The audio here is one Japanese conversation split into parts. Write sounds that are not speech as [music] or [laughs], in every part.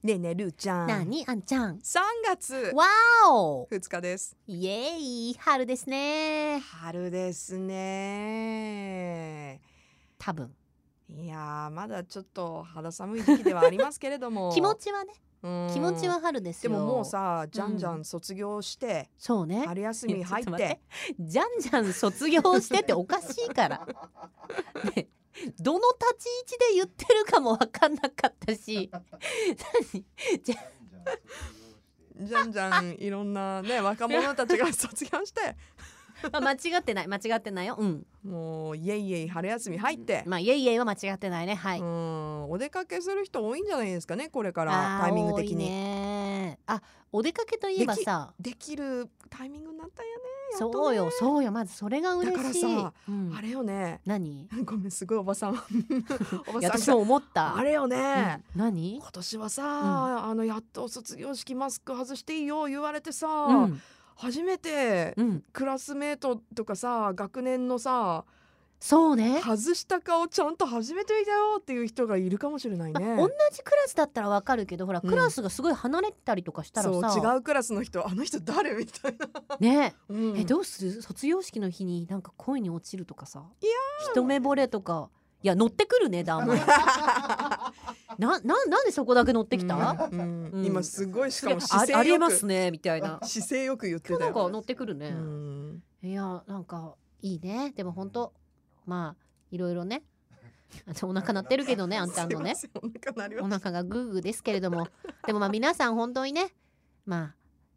ねえねえルーちゃんなにあんちゃん3月わお2日ですイエーイ春ですね春ですね多分いやーまだちょっと肌寒い時期ではありますけれども [laughs] 気持ちはねうん気持ちは春ですでよももうさじゃんじゃん卒業して、そうね春休み入っちょとて待じゃんじゃん卒業してっておかしいから、 [laughs] ね、どの立ち位置で言ってるかも分かんなかったし何じゃんじゃんいろんな [laughs] ね若者たちが [laughs] 卒業してまあ間違ってない間違ってないようんもうイエイイエイ春休み入って、まあイエイイエイは間違ってないねはい、うんお出かけする人多いんじゃないですかねこれからあータイミング的多いに、ねあお出かけといえばさできるタイミングになったんやねやっとねそうよそうよまずそれが嬉しいだからさうんあれよね何 [laughs] ごめんすごいおば [laughs] さんおばいやさん私も思ったあれようんね、何今年はさ、あのやっと卒業式マスク外していいよ言われてさ、うん初めてうんクラスメートとかさ学年のさそうね外した顔ちゃんと初めて見たよっていう人がいるかもしれないあね同じクラスだったらわかるけどほらうんクラスがすごい離れてたりとかしたらそうさ、違うクラスの人あの人誰みたいな、ねうん [laughs] えどうする卒業式の日になんか恋に落ちるとかさいや一目惚れと [laughs] かいや乗ってくるねダーマ [laughs] なななんでそこだけ乗ってきた、うんうんうん今すごいしそかれも姿あ勢よくありえますねみたいな姿勢よく言ってたなんよ、か乗ってくるねう、ん、いやなんかいいねでも本当まあいろいろねあのお腹鳴ってるけどねあんちゃんのねすいませんお腹鳴りましおた腹がグーグーですけれど [laughs] もでもまあ皆さん本当にねまあ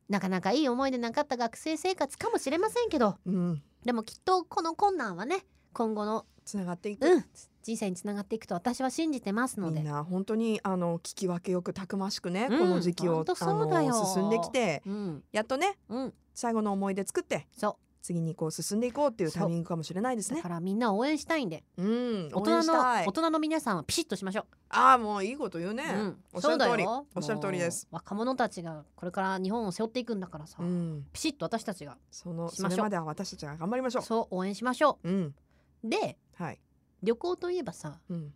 なかなかいい思い出なかった学生生活かもしれませんけどうんでもきっとこの困難はね今後のつながっていく、うん人生につながっていくと私は信じてますのみんで。な本当にあの聞き分けよくたくましくね、うんこの時期ほをんとあそうだよの進んできてうん、やっとねうん、最後の思い出作ってそ次にこう進んでいこうっていうそうタイミングかもしれないですうだねからみんな応援したいんでうん大応援人しのたい大人の皆さんはピシッとしましょああもういいこと言うねう、うん、おっしゃる通りそうだよおっしゃる通りですもう若者たちがこれから日本を背負っていくんだからさ、うん、ピシッと私たちがそのしそましょうれまでは私たちが頑張りましょうそう応援しましょうんうではい旅行といえばさうん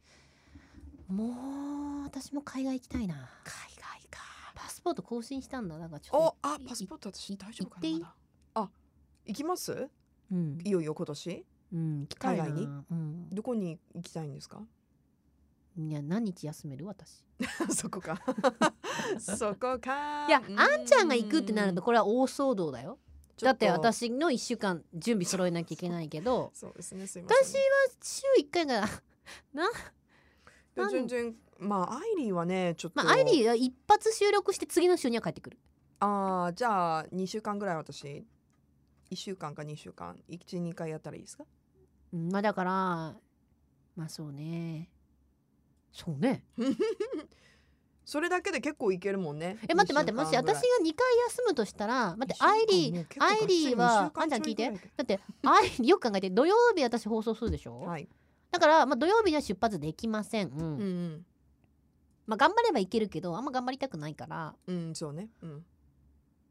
もう私も海外行きたいな海外かパスポート更新したんだなんかちょっおとあいパスポート私い大丈夫か行っないていまだあ行きますうん、いよいよ今年うん、行きたいな海外にうん、どこに行きたいんですかいや何日休める私そこか [laughs] そこかいやあんちゃんが行くってなるとこれは大騒動だよだって私私の1週間準備揃えなきゃいけないけどそうですね。すいま私せ。は週1回がなんはで全然まあアイリーはねちょっと。まあアイリーは一発収録して次の週には帰ってくるああじゃあ二週間ぐらい私一週間か二週間一二回やったらいいですか。うんまあだからまあそうねそうねそれだけで結構いけるもんね。え待って待ってもし私が2回休むとしたら待ってアイリーーアイリーはあんちゃん聞いてだってアイリ [laughs] ーよく考えて土曜日私放送するでしょ、はい。だから、まあ、土曜日には出発できません、うんうんうんまあ、頑張ればいけるけどあんま頑張りたくないからうんそうね。うん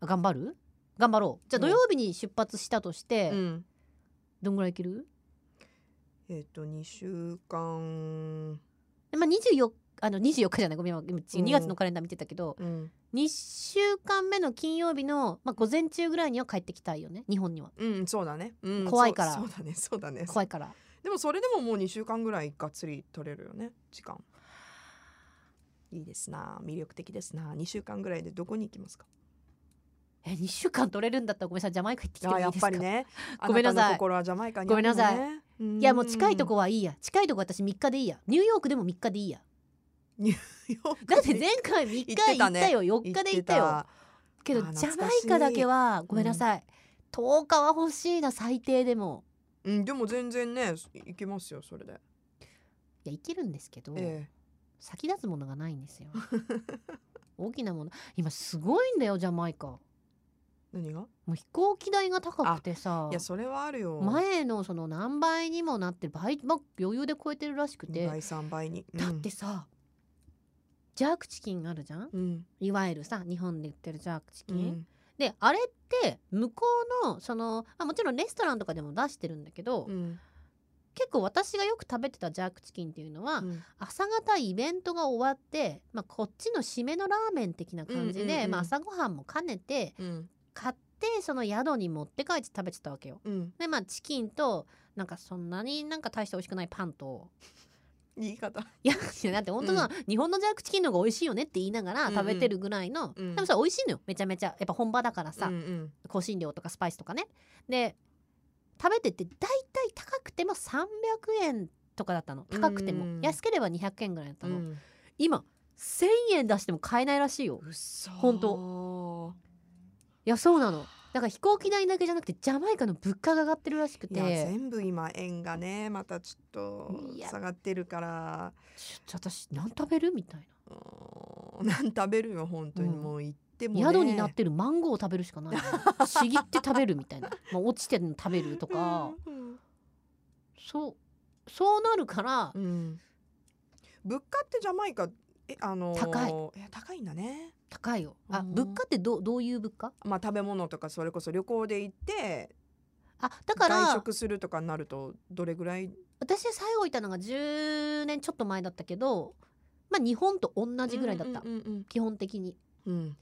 あ頑張る頑張ろうじゃあう土ん曜日に出発したとして、うん。どんぐらい行ける、えっと二週間でまあ、24あの24日じゃないごめん今今うん2月のカレンダー見てたけど、うん2週間目の金曜日の、まあ、午前中ぐらいには帰ってきたいよね日本にはうんそうだね。うん怖いからそうそうだねそうだね。怖いからでもそれでももう2週間ぐらいがっつり取れるよね時間いいですな魅力的ですな2週間ぐらいでどこに行きますかえ2週間取れるんだったらごめんなさいジャマイカ行ってきてあもいーいやでっすかぱりね [laughs] ごめんなさいあたの心はジャマイカにあるのねごめんなさいうーんいやもう近いとこはいいや近いとこ私3日でいいやニューヨークでも3日でいいやよく [laughs] だって前回3日行って行たっねたよ4日で行ったよけどあージャ懐マかしいイカだけはごめんなさい、10日は欲しいな最低でもうんでも全然ね行けますよそれで、いや行けるんですけど、え先立つものがないんですよ [laughs] 大きなもの今すごいんだよジャマイカもえ何がう飛行機代が高くてさいやそれはあるよ前のその何倍にもなって倍、まあ、余裕で超えてるらしく2て倍3倍に、うんだってさ、ジャークチキンあるじゃんうんいわゆるさ日本で売ってるジャークチキうン、んであれって向こうのそのあもちろんレストランとかでも出してるんだけど、うん結構私がよく食べてたジャークチキンっていうのは、うん朝方イベントが終わって、まあ、こっちの締めのラーメン的な感じで、うんうんうんまあ、朝ごはんも兼ねてうん買ってその宿に持って帰って食べてたわけよ。うんでまあチキンとなんかそんなになんか大して美味しくないパンと [laughs] 言い方いやだって本当な、日本のジャークチキンの方が美味しいよねって言いながらうんうん食べてるぐらいの、うんでもさ美味しいのよめちゃめちゃやっぱ本場だからさ、うんうん香辛料とかスパイスとかねで食べてって大体高くても300円とかだったの高くても、うん安ければ200円ぐらいだったうの、ん今1,000円出しても買えないらしいようっそー本当いやそうなのだから飛行機代だけじゃなくてジャマイカの物価が上がってるらしくいやて全部今円がねまたちょっといや下がってるからちょっと私何食べるみたいな。うーん [laughs] なん食べるよ本当にうんもう行ってもね宿になってるマンゴーを食べるしかないのちぎって食べるみたいな、まあ、落ちてるの食べるとかうんそうそうなるからうん物価ってジャマイカえあのー高いえ高いんだね高いよあ、うん物価ってどうどういう物価まあ食べ物とかそれこそ旅行で行ってあだか外ら食するとかになるとどれぐらい私が最後いたのが10年ちょっと前だったけどまあ日本と同じぐらいだった、うんうん基本的にうんうん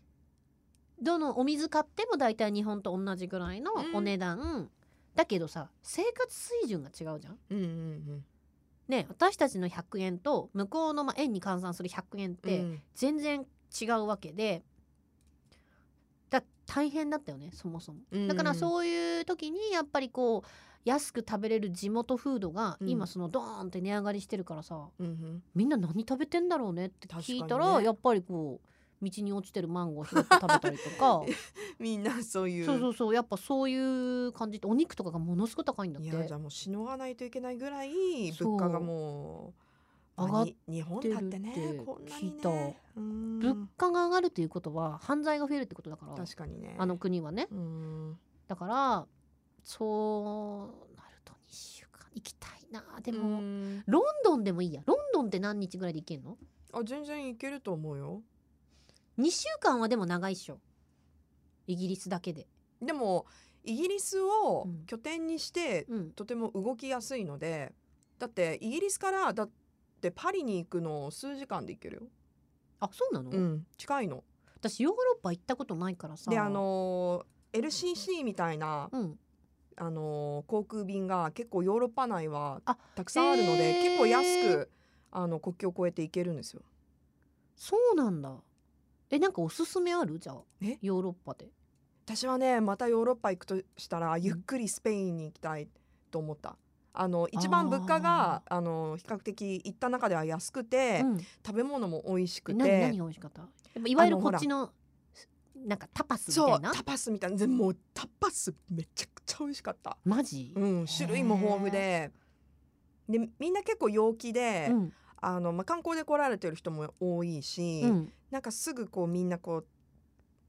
どのお水買っても大体日本と同じぐらいのお値段、だけどさ生活水準が違うじゃんうんうんうんね私たちの100円と向こうのまあ円に換算する100円っうんて、全然違うわけでだ大変だったよねそもそもうんだからそういう時にやっぱりこう安く食べれる地元フードがうん今そのドーンって値上がりしてるからさ、うんうんみんな何食べてんだろうねって聞いた、確からにねやっぱりこう道に落ちてるマンゴー拾って食べたりと [laughs] かみんなそういうそうそうそうやっぱそういう感じってお肉とかがものすごく高いんだっいてやじゃあもうしのがないといけないぐらい物価がもうそうまあ上がっに日本だってねってるってこんなに聞いたねうーん物価が上がるということは犯罪が増えるってことだから確かにねあの国はねうーんだからそうなると2週間行きたいなででも、ロンドンでもいいやロンドンって何日ぐらいで行けんのあ全然いけると思うよ ?2 週間はでも長いっしょイギリスだけででもイギリスをうん拠点にして、うんとても動きやすいのでだってイギリスからだってパリに行くの数時間で行けるよ、あそうなの、うん、近いの。私ヨーロッパ行ったことないからさであのー LCC みたいなうんあのー航空便が結構ヨーロッパ内はあたくさんあるのでへー結構安くあの国境を越えて行けるんですよ。そうなんだえなんかおすすめあるじゃあえヨーロッパで私はねまたヨーロッパ行くとしたらゆっくりスペインに行きたいと思った。あの一番物価があの比較的行った中では安くて、うん食べ物も美味しくえ何何てが美味しかったやっぱいわゆるあのこほっらちのなんかタパスみたそいうなタパスみたいなでもうタパスめちゃくちゃ美味しかった、マジ、うん、種類も豊富ででみんな結構陽気で、うんあのまあ、観光で来られてる人も多いし、うんなんかすぐこうみんなこう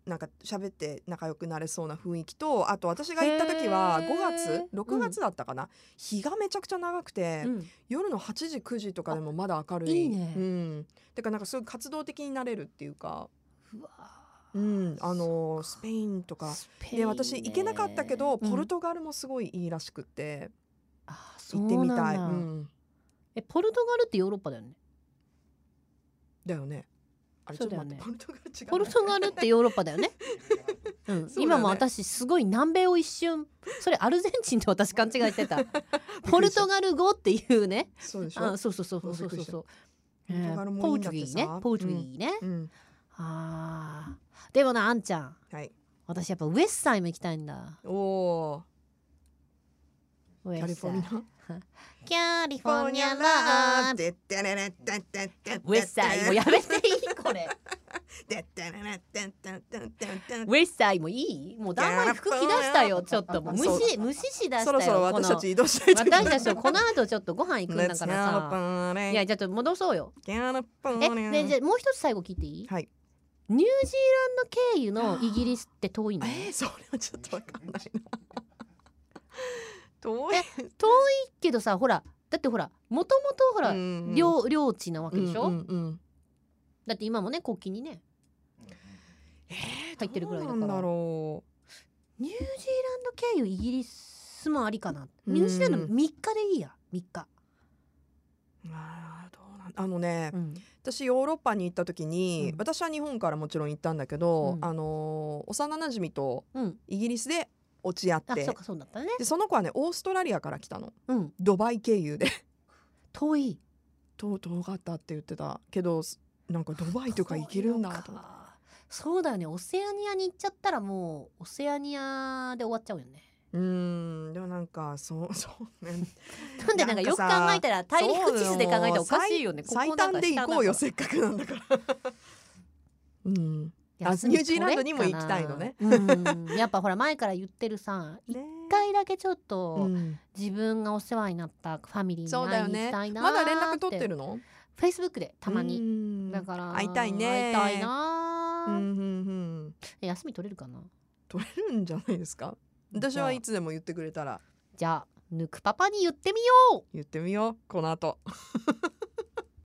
なんか喋って仲良くなれそうな雰囲気とあと私が行った時はへー5月うん6月だったかな、日がめちゃくちゃ長くて、うん夜の8時9時とかでもまだ明るいあいいねうん、てかなんかすごい活動的になれるっていうか、うわーうん、あのスそペインとっかかスペインで私行けなかったけどポルト、トガルもすごいいいらしくって、あー行ってみたい、そううなんだん、えポルトガルってヨーロッパだ [laughs] よねだよねあれちそょうっとだよ待っねて、ポルトガル違うポルトガルってヨーロッパ [laughs] だよね、うんそうだよね今も私すごい南米を一瞬それアルゼンチンと私勘違いし [laughs] てたポルトガル語っていうねそうでしょ、あそうそうそうそうそうそうそうびっくりしたポルえトガルーもいポいんーチだュっギてーねさポーチュギーね、うん、あーでもなあんちゃんはい私やっぱウエスタイム行きたいんだおおーウエキャリスフタォルイニムア。キャリフォルニアラーでってれれってってってってウエスタイムもうやめていい [laughs] これでってれれってってってってってウェイスタイもいいもうだんまり服着だしたよちょっともう無視無視しだしたよそろそろこ私のたち移動しないといけない私たちはこの後ちょっとご飯行くんだからさいやいじゃあちょっと戻そうよえでじゃやあもう一つ最後聞いていいはいニュージーランド経由のイギリスって遠いのえ遠ー、それはちょっとわかんないな遠いえいけどさほらだってほらもともとほらうん領領地なわけでしうょんうんうんだって今もね国旗にねえー入ってるぐらいだからどうなんだろニュージーランド経由イギリスもありかなうんニュージーランド3日でいいやう3日、あーどうなんあのね、うん私ヨーロッパに行った時に、うん私は日本からもちろん行ったんだけど、うんあのー幼なじみとうん、イギリスで落ち合っあてそうかそうだったねでその子はねオーストラリアから来たのうんドバイ経由で遠いと遠かったって言ってたけどなんかドバイとか行けるんだと思ってそうだよねオセアニアに行っちゃったらもうオセアニアで終わっちゃうよねうーんでもなんかそうそうねなんでなんかよく考えたら大陸地図で考えたらおかしいよねここ最な短んかで行こうよせっかくなんだから [laughs] うんあニュージーランドにも行きたいのね、下だから休み取れっかなうん、やっぱほら前から言って [laughs] るさ一ね回だけちょっと、うん自分がお世話になったファミリーそうにだ会よいに行ねきたいなまだ連絡取ってるのフェイスブックでたまに、にだから会いたいね会いたいなう、んうんうん休み取れるかな取れるんじゃないですか私はいつでも言ってくれたらじゃあぬくパパに言ってみよう言ってみようこの後